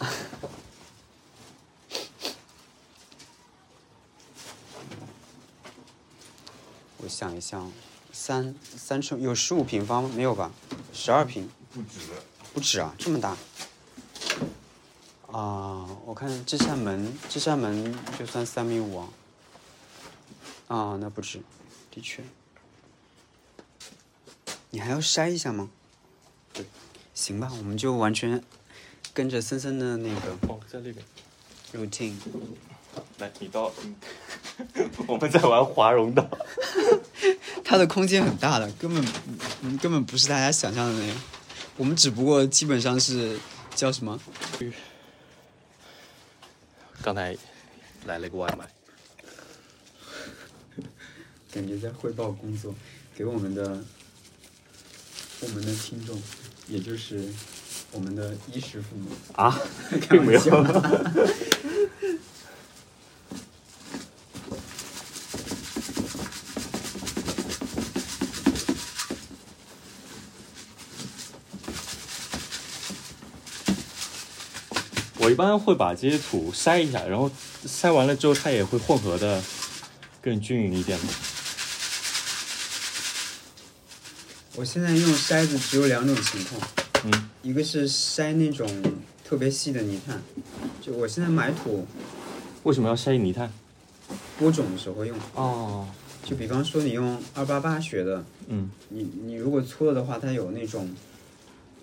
我想一想，三三处有十五平方吗？没有吧？十二平不止，不止啊，这么大。啊、我看这扇门，这扇门就算三米五啊。啊，那不止，的确。你还要筛一下吗？对，行吧，我们就完全跟着森森的那个哦，在那边。 routine。来，你到， 我们在玩华容道。它的空间很大的，根本嗯根本不是大家想象的那样。我们只不过基本上是叫什么？刚才来了个外卖，感觉在汇报工作，给我们的我们的听众，也就是我们的衣食父母 啊，开玩笑。我一般会把这些土筛一下，然后筛完了之后，它也会混合的更均匀一点嘛。 我现在用筛子只有两种情况，嗯，一个是筛那种特别细的泥炭，就我现在买土为什么要筛泥炭？播种的时候会用，哦，就比方说你用二八八学的。嗯，你你如果搓了的话，它有那种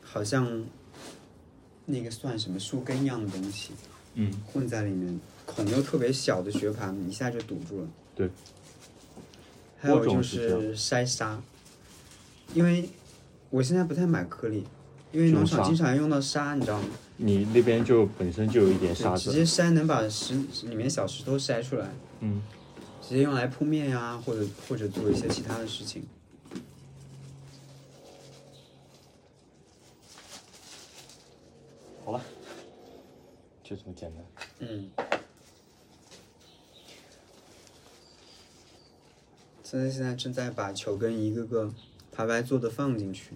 好像那个算什么树根一样的东西嗯，混在里面，孔又特别小的雪盘一下就堵住了。对。还有播种就是这是筛沙，因为我现在不太买颗粒，因为这种农场沙经常用到沙，你知道吗？你那边就本身就有一点沙对，直子，接筛能把石里面小石头筛出来，嗯，直接用来铺面呀、或者或者做一些其他的事情。好了，就这么简单。嗯，森森现在正在把球根一个个排排坐的放进去，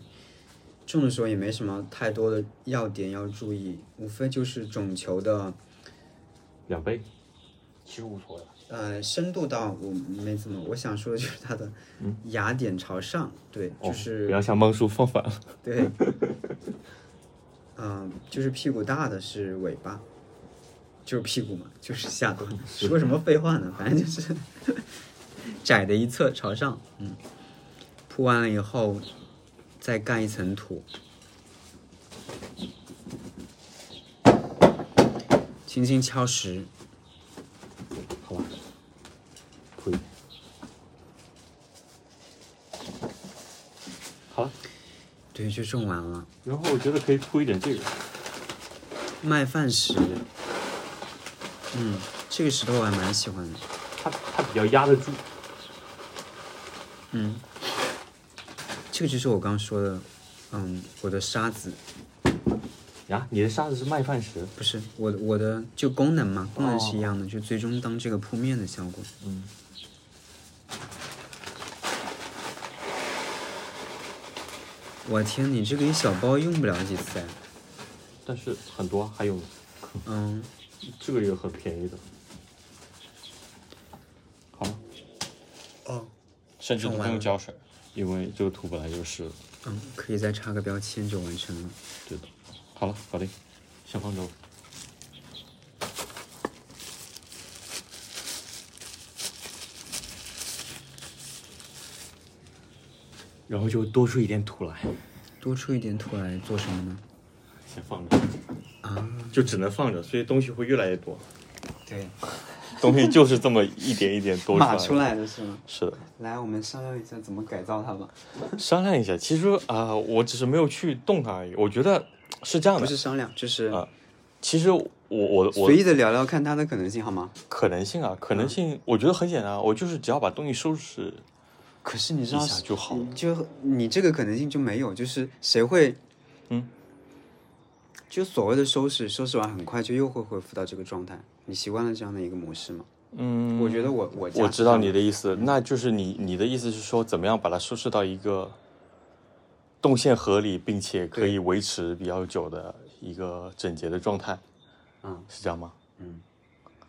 种的时候也没什么太多的要点要注意，无非就是种球的两倍，其实无所谓。呃深度到我没怎么，我想说的就是它的芽点朝上，对，就哦、是、不要像帮叔放反了。对，嗯、就是屁股大的是尾巴，就是屁股嘛，就是下端。说什么废话呢？反正就是 窄的一侧朝上，嗯，铺完了以后再盖一层土。轻轻敲实，好吧，可以。好了，对，就种完了。然后我觉得可以铺一点这个，麦饭石，嗯，这个石头我还蛮喜欢的。它它比较压得住。嗯，这个就是我刚说的，嗯，我的沙子呀，你的沙子是麦饭石，不是我的我的就功能嘛，功能哦是一样的，就最终当这个铺面的效果。嗯，我天，你这个一小包用不了几次哎。但是很多还有呢嗯，这个也很便宜的。好了，哦，甚至都种不完用了浇水。因为这个图本来就是的嗯，可以再插个标签就完成了。对的。好了，搞定，先放这吧。然后就多出一点土来，多出一点土来做什么呢？先放着，啊，就只能放着，所以东西会越来越多。对，东西就是这么一点一点多出来 码的。出来的是吗？是的，来，我们商量一下怎么改造它吧。商量一下。其实啊、我只是没有去动它而已。我觉得是这样不的是。商量，就是啊其实我我我随嗯意的聊聊看它的可能性好吗？可能性啊，可能性，我觉得很简单啊。我就是只要把东西收拾可是你知一道下就好了。就你这个可能性就没有，就是谁会，嗯，就所谓的收拾，收拾完很快就又会恢复到这个状态。你习惯了这样的一个模式吗？嗯，我觉得我我家我是知这道样你的意嗯思，那就是你你的意思是说，怎么样把它收拾到一个动线合理，并且可以维持比较久的一个整洁的状态，嗯是这样吗？嗯，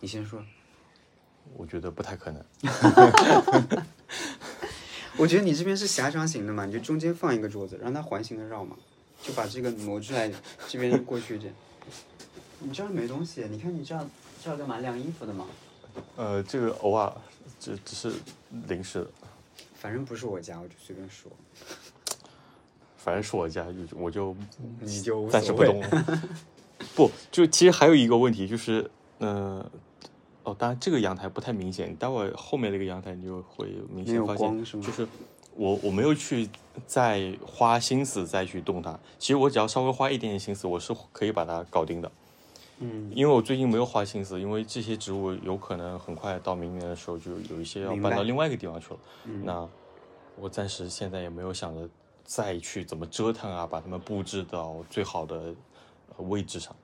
你先说。我觉得不太可能。我觉得你这边是狭长型的嘛，你就中间放一个桌子，让它环形的绕嘛，就把这个挪出来，这边过去一点。 你这样没东西，你看你这样这样干嘛晾衣服的嘛？呃，这个偶尔，这只是临时的，反正不是我家，我就随便说，反正是我家，就我就你就无嗯暂时所不谓动了。 不，就其实还有一个问题就是，嗯、哦，当然这个阳台不太明显，待会儿后面那个阳台你就会明没显有发光现，是吗就是我我没有去再花心思再去动它，其实我只要稍微花一点点心思，我是可以把它搞定的。嗯，因为我最近没有花心思，因为这些植物有可能很快到明年的时候就有一些要明搬到白另外一个地方去了。嗯那我暂时现在也没有想着再去怎么折腾啊，把它们布置到最好的呃位置上。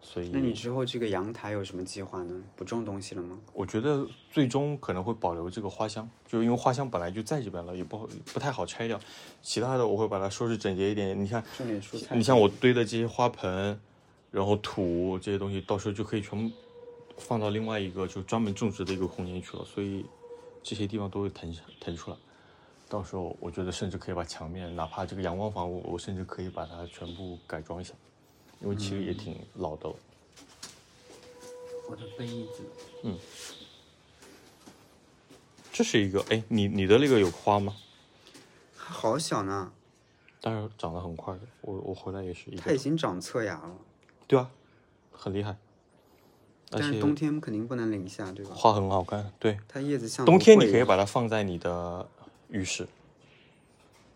所那你以之后这个阳台有什么计划呢？不种东西了吗？我觉得最终可能会保留这个花香，就是因为花香本来就在这边了，也不好不太好拆掉。其他的我会把它收拾整洁一点。你看，种点蔬菜。你像我堆的这些花盆，然后土这些东西，到时候就可以全部放到另外一个就专门种植的一个空间去了，所以这些地方都会腾腾出来。到时候我觉得甚至可以把墙面，哪怕这个阳光房屋，我甚至可以把它全部改装一下，因为其实也挺老的了。我的杯子，这是一个，哎，你你的那个有花吗？好小呢，但是长得很快的，我我回来也是一它已个，经长侧芽了，对啊，很厉害，而但是且冬天肯定不能零下，对吧？花很好看，对，它叶子像冬天你可以以，把它放在你的浴室，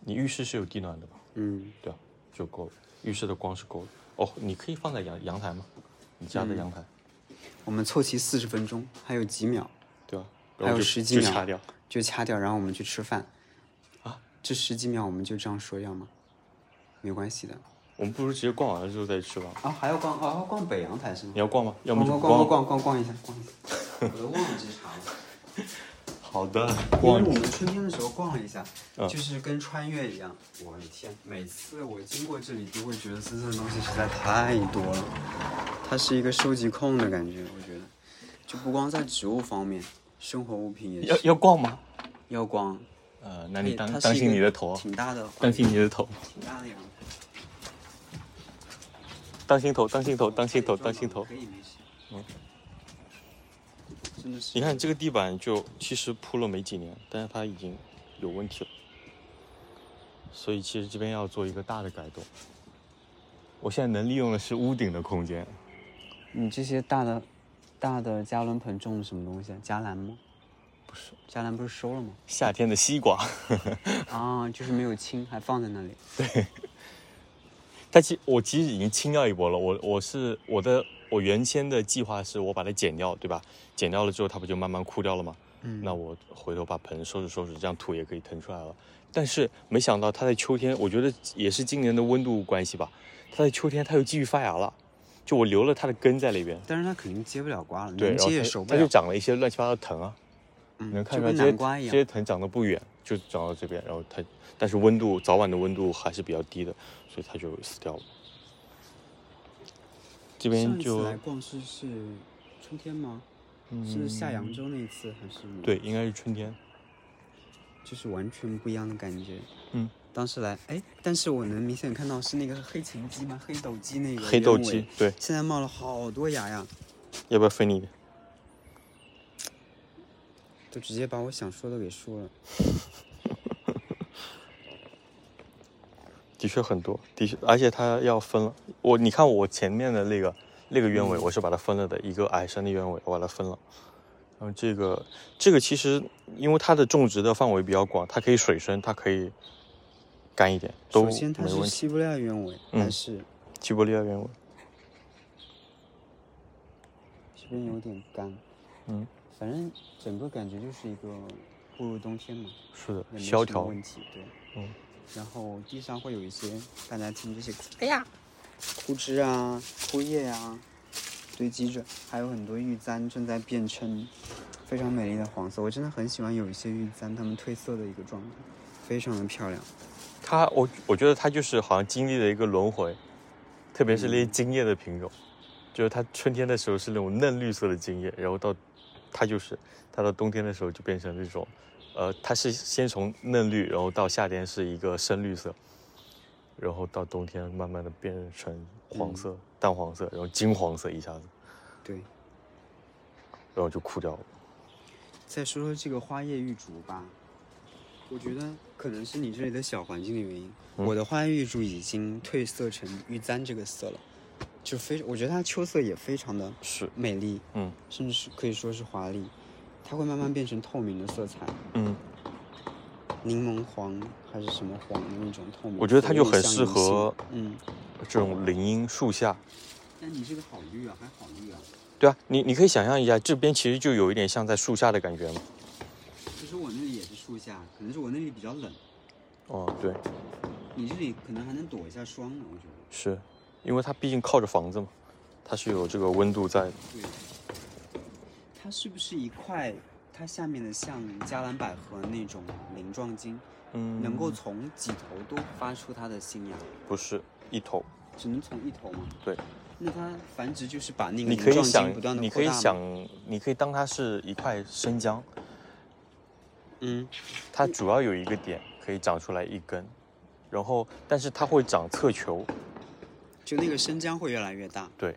你浴室是有地暖的吧？嗯，对啊，就够了。浴室的光是够了。哦，你可以放在阳阳台吗？你家嗯的阳台。我们凑齐四十分钟，还有几秒对啊，还然后有就十几就秒掐掉。就掐掉，然后我们去吃饭。啊，这十几秒我们就这样说要吗？没关系的，我们不如直接逛完了之后再吃吧。啊，还要逛哦，要逛北阳台是吗你？要逛吗？要逛么就逛不逛。逛逛逛逛一下，逛一下。我都忘了这是啥了。好的，因为逛我们春天的时候逛了一下，嗯就是跟穿越一样。我的天，每次我经过这里都会觉得森森的东西实在太多了，它是一个收集控的感觉，我觉得，就不光在植物方面，生活物品也要是要逛吗？要光。呃，那你哎当它是当一心个你的头啊，挺大的，当心你的头，挺大的阳台，当心头，当心头，当心头，当心头可。以没事。嗯，真的是。你看这个地板就其实铺了没几年，但是它已经有问题了，所以其实这边要做一个大的改动。我现在能利用的是屋顶的空间，你这些大的、大的加仑盆种的什么东西啊？加兰吗？不是，加兰不是收了吗？夏天的西瓜，啊，就是没有清，还放在那里。它其我其实已经清掉一波了。我我是我的我原先的计划是我把它剪掉，对吧？剪掉了之后它不就慢慢枯掉了吗？嗯那我回头把盆收拾收拾，这样土也可以腾出来了。但是没想到它在秋天，我觉得也是今年的温度关系吧，它在秋天它又继续发芽了，就我留了它的根在那边，但是它肯定结不了瓜了，对，能然后结也它熟不它就了。长了一些乱七八糟的藤啊，嗯能看出就来跟这些南瓜一这样。些藤长得不远，就长到这边，然后它但是温度早晚的温度还是比较低的，所以它就死掉了。这边上一就嗯次来逛市是春天吗？是下扬州那一次还是？，对，应该是春天。就是完全不一样的感觉。嗯，当时来，哎，但是我能明显看到是那个黑琴鸡吗？黑斗鸡那个黑豆鸢尾鸡，对，现在冒了好多芽呀，要不要分你一点？都直接把我想说的给说了。的确很多，的确，而且它要分了。我你看我前面的那个那个鸢嗯尾，我是把它分了的，一个矮山的鸢尾，我把它分了。然后这个这个其实因为它的种植的范围比较广，它可以水生，它可以干一点，都首没先它是问题。西伯利亚鸢尾，嗯还是西伯利亚鸢尾，这边有点干，嗯，反正整个感觉就是一个步入冬天嘛，是的也，没什萧么条。问题，对，嗯。然后地上会有一些大家听这些，哎呀，枯枝啊、枯叶啊堆积着，还有很多玉簪正在变成非常美丽的黄色。我真的很喜欢有一些玉簪它们褪色的一个状态，非常的漂亮。它我我觉得它就是好像经历了一个轮回，特别是那些嗯茎叶的品种，就是它春天的时候是那种嫩绿色的茎叶，然后到它就是它到冬天的时候就变成那种，呃，它是先从嫩绿，然后到夏天是一个深绿色，然后到冬天慢慢的变成嗯黄色、淡黄色，然后金黄色一下子，对，然后就枯掉了。再说说这个花叶玉竹吧，我觉得可能是你这里的小环境的原因。嗯我的花叶玉竹已经褪色成玉簪这个色了，就非我觉得它秋色也非常的是，美丽，嗯甚至是可以说是华丽。它会慢慢变成透明的色彩，嗯，柠檬黄还是什么黄的那种透明色。我觉得它就有点很像适银杏合嗯，这种林荫树下，那你这个好绿啊，还好绿啊。对啊，你你可以想象一下，这边其实就有一点像在树下的感觉嘛。其实我那里也是树下，可能是我那里比较冷，哦，对，你这里可能还能躲一下霜呢，我觉得。是，因为它毕竟靠着房子嘛，它是有这个温度在的。对，它是不是一块？它下面的像加兰百合那种鳞状茎，嗯能够从几头都发出它的新芽，不是一头，只能从一头吗？对，那它繁殖就是把那个你可鳞以状想茎不断，的你可以想，你可以当它是一块生姜，嗯，它主要有一个点可以长出来一根，然后但是它会长侧球，就那个生姜会越来越大，对，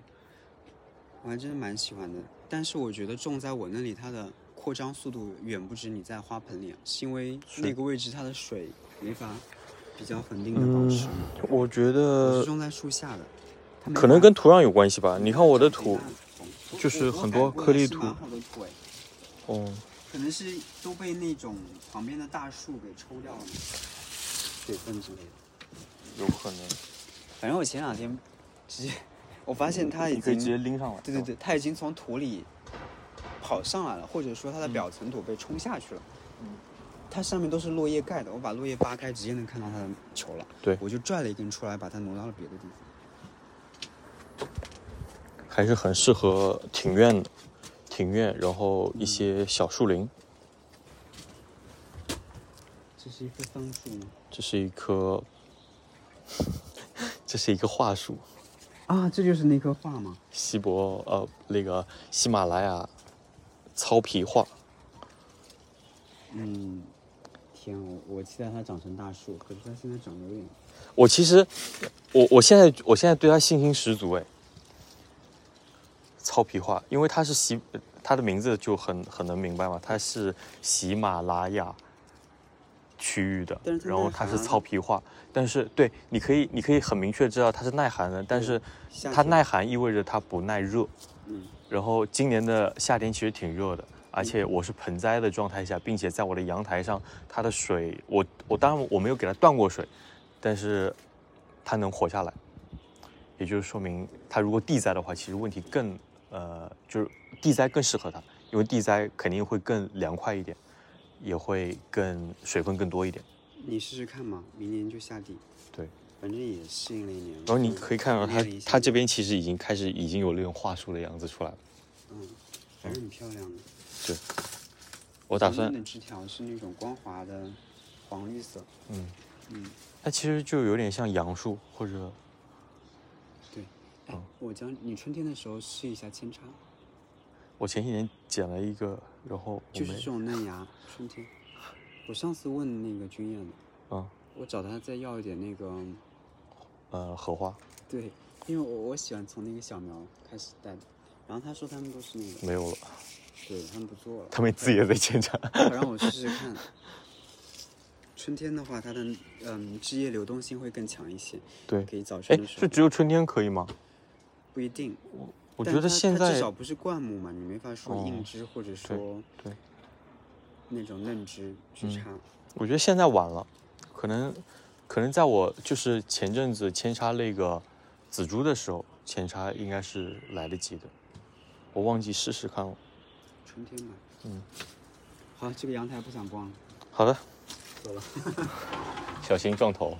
我还真的蛮喜欢的。但是我觉得种在我那里，它的扩张速度远不止你在花盆里啊，是因为那个位置它的水没法比较恒定的保持。我觉我是得种在树下的，它没呃可能法跟土壤有关系吧。你看我的没土办，法种就是我我很感多觉颗还粒是土蛮好的土哎哦，可能是都被那种旁边的大树给抽掉了，水分之类的。有可能，反正我前两天直接，我发现它已你可以经直接拎上来。对对对，它已经从土里跑上来了，或者说它的表层土被冲下去了。嗯它上面都是落叶盖的，我把落叶扒开，直接能看到它的球了。对我就拽了一根出来，把它挪到了别的地方。还是很适合庭院的，庭院，然后一些小树林。这是一棵桑树吗？这是一棵， 这是一个桦树，啊，这就是那棵画吗？西伯呃那个喜马拉雅糙皮桦，嗯，天，我我期待它长成大树，可是它现在长得有点……我其实，我我现在我现在对它信心十足哎。糙皮话，因为它是喜，它的名字就很很能明白嘛，它是喜马拉雅区域的但是，它然后耐它是寒啊糙皮话，但是对，你可以你可以很明确知道它是耐寒的，但是夏它天耐寒意味着它不耐热。嗯，然后今年的夏天其实挺热的，而且我是盆栽的状态下，并且在我的阳台上，它的水，我我当然我没有给它断过水，但是它能活下来，也就是说明它如果地栽的话，其实问题更呃就是地栽更适合它，因为地栽肯定会更凉快一点，也会更水分更多一点。你试试看嘛，明年就下地。对，反正也适应了一年。然然后你可以看到它练了一下它这边其实已经开始已经有那种桦树的样子出来了。嗯，还是很漂亮的。我打前算面的枝条是那种光滑的黄绿色。嗯，嗯，它其实就有点像杨树或者对。哎哦，我将你春天的时候试一下扦插，我前几年剪了一个，然后我就是没这种嫩芽，春天。我上次问那个君燕，嗯我找他再要一点那个，呃荷花对，因为我我喜欢从那个小苗开始带的，然后他说他们都是那个，没有了，对他们不做了。他们自己也在检查。好让我试试看。春天的话，它的嗯枝叶流动性会更强一些，对，可以早晨哎的，时是候只有春天可以吗？不一定。我但觉得它现它至在少不是灌木嘛，你没法说哦硬枝或者说对，嗯那种嫩枝去插。我觉得现在晚了，可能可能在我就是前阵子扦插那个紫珠的时候，扦插应该是来得及的。我忘记试试看了。春天吧，嗯，好，这个阳台不想逛了，好的，走了。 小心撞头。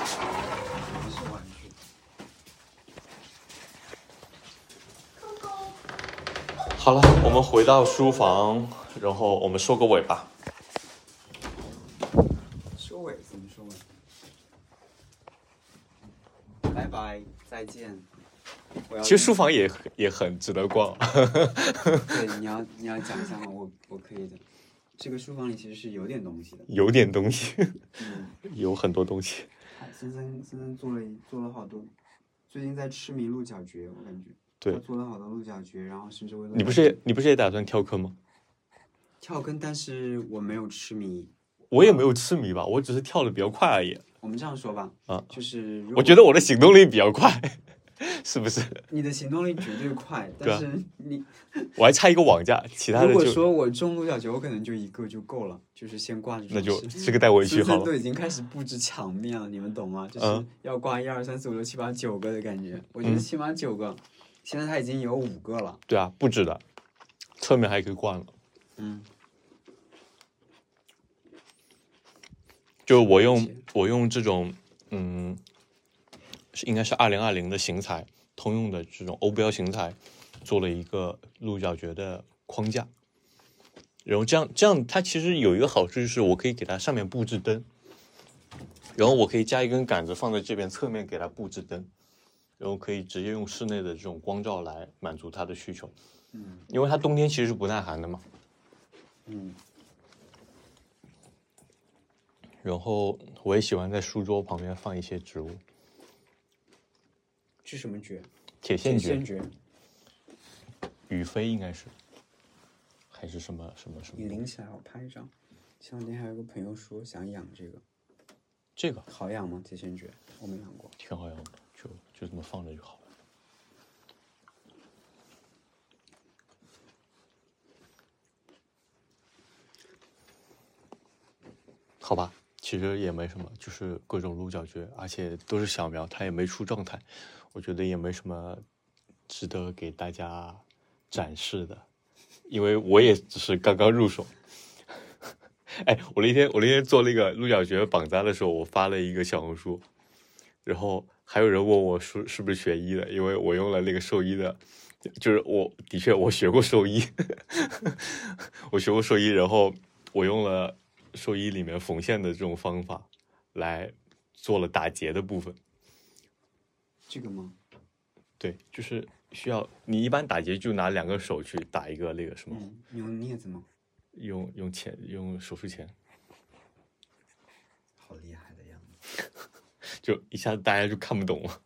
是玩具。好了，我们回到书房，然后我们收个尾吧。收尾怎么收尾？拜拜，再见。我要其实书房也也很值得逛。 对，你要你要讲一下吗？我我可以的。这个书房里其实是有点东西的。有点东西，嗯， 有很多东西。森森森森做了一做了好多，最近在痴迷鹿角蕨，我感觉。对他做了好多鹿角蕨，然后甚至为了你不是也你不是也打算跳坑吗？跳坑，但是我没有痴迷。我也没有痴迷吧，我只是跳的比较快而已。我们这样说吧，啊就是如我果觉得我的行动力比较快， 是不是？你的行动力绝对快， 对但啊是你我还差一个网架，其他如的果就说我中鹿角蕨，我可能就一个就够了，就是先挂着那就装饰这个带回森去好森都了。已经开始布置墙面了，你们懂吗？就是嗯要挂一二三四五六七八九个的感觉，我觉得嗯起码九个，现在他已经有五个了。对啊，布置的，侧面还可以挂呢。嗯，就我用了解我用这种嗯，是应该是二零二零的型材，通用的这种欧标型材，做了一个鹿角蕨的框架。然后这样这样，它其实有一个好处就是我可以给它上面布置灯，然后我可以加一根杆子放在这边侧面给它布置灯，然后可以直接用室内的这种光照来满足它的需求。嗯，因为它冬天其实是不耐寒的嘛。嗯，然后我也喜欢在书桌旁边放一些植物，是什么蕨？铁线蕨仙。蕨、雨飞应该是，还是什么什么什你么拎起来我拍一张。前两天还有个朋友说想养这个，这个好养吗？铁线蕨我没养过。挺好养的，就就这么放着就好了。好吧，其实也没什么，就是各种鹿角蕨，而且都是小苗，它也没出状态，我觉得也没什么值得给大家展示的。因为我也只是刚刚入手。 哎，我那天我那天做那个鹿角蕨绑扎的时候，我发了一个小红书，然后还有人问我是是不是学医的，因为我用了那个兽医的，就是我的确我学过兽医， 我学过兽医，然后我用了兽医里面缝线的这种方法来做了打结的部分。这个吗？对，就是需要你一般打结就拿两个手去打一个那个什么，嗯，有镊子吗？用用钳用手术钳，好厉害的样子。就一下子大家就看不懂了。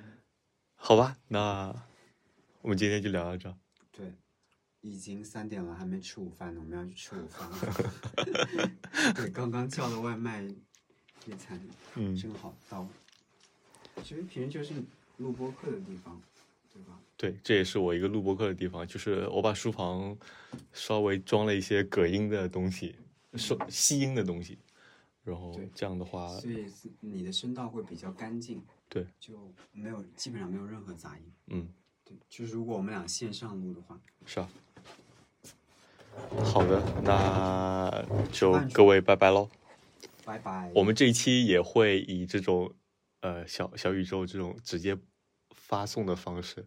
好吧，那我们今天就聊到这儿。对，已经三点了，还没吃午饭呢，我们要去吃午饭了。 对，刚刚叫的外卖那餐嗯正好到。其实平时就是录播课的地方，对吧？对，这也是我一个录播课的地方，就是我把书房稍微装了一些隔音的东西，收吸音的东西，然后对这样的话，所以是你的声道会比较干净，啊对，就没有基本上没有任何杂音。嗯，对，就是如果我们俩线上录的话，是啊。好的，那就慢各位拜拜喽。拜拜。我们这一期也会以这种呃小小宇宙这种直接发送的方式，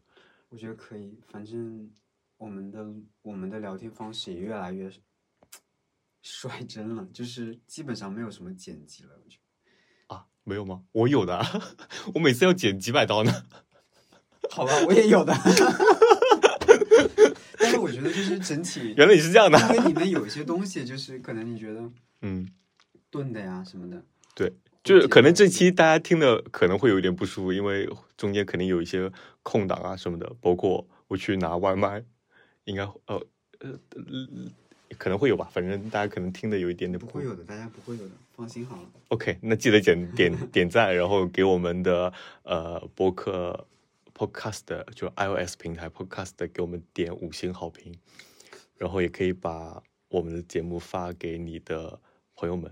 我觉得可以，反正我们的我们的聊天方式也越来越率真了，就是基本上没有什么剪辑了。我觉 啊，没有吗？我有的啊， 我每次要剪几百刀呢。得好吧，我也有的， 但是我觉得就是整体，原来你是 这样的，啊因为里面有一些东西，就是可能你觉得嗯，钝的呀什么的，对，就是可能这期大家听的可能会有点不舒服，因为中间肯定有一些空档啊什么的，包括我去拿外卖，应该呃呃呃可能会有吧，反正大家可能听的有一点点不会有的，大家不会有的，放心好了。 OK，那记得 点点点赞，然后给我们的呃播客 Podcast 的就 iOS 平台 Podcast 的给我们点五星好评，然后也可以把我们的节目发给你的朋友们。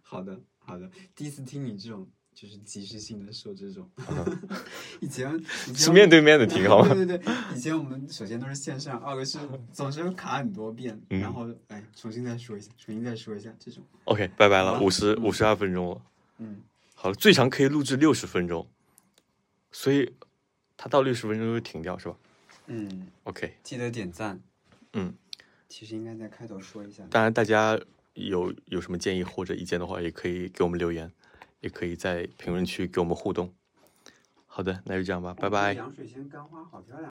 好的，好的，第一次听你这种就是及时性的说这种， 以前以前是我面对面的听好吗？ 对对对，以前我们首先都是线上，二个是总是卡很多遍，嗯然后哎重新再说一下，重新再说一下这种， OK，拜拜了，好五十五十二分钟了，嗯，好了，最长可以录制六十分钟，所以它到六十分钟就停掉是吧嗯， ？OK，记得点赞。嗯，其实应该在开头说一下。当然大家有有什么建议或者意见的话，也可以给我们留言，也可以在评论区给我们互动。好的，那就这样吧，拜拜。杨水仙干花好漂亮。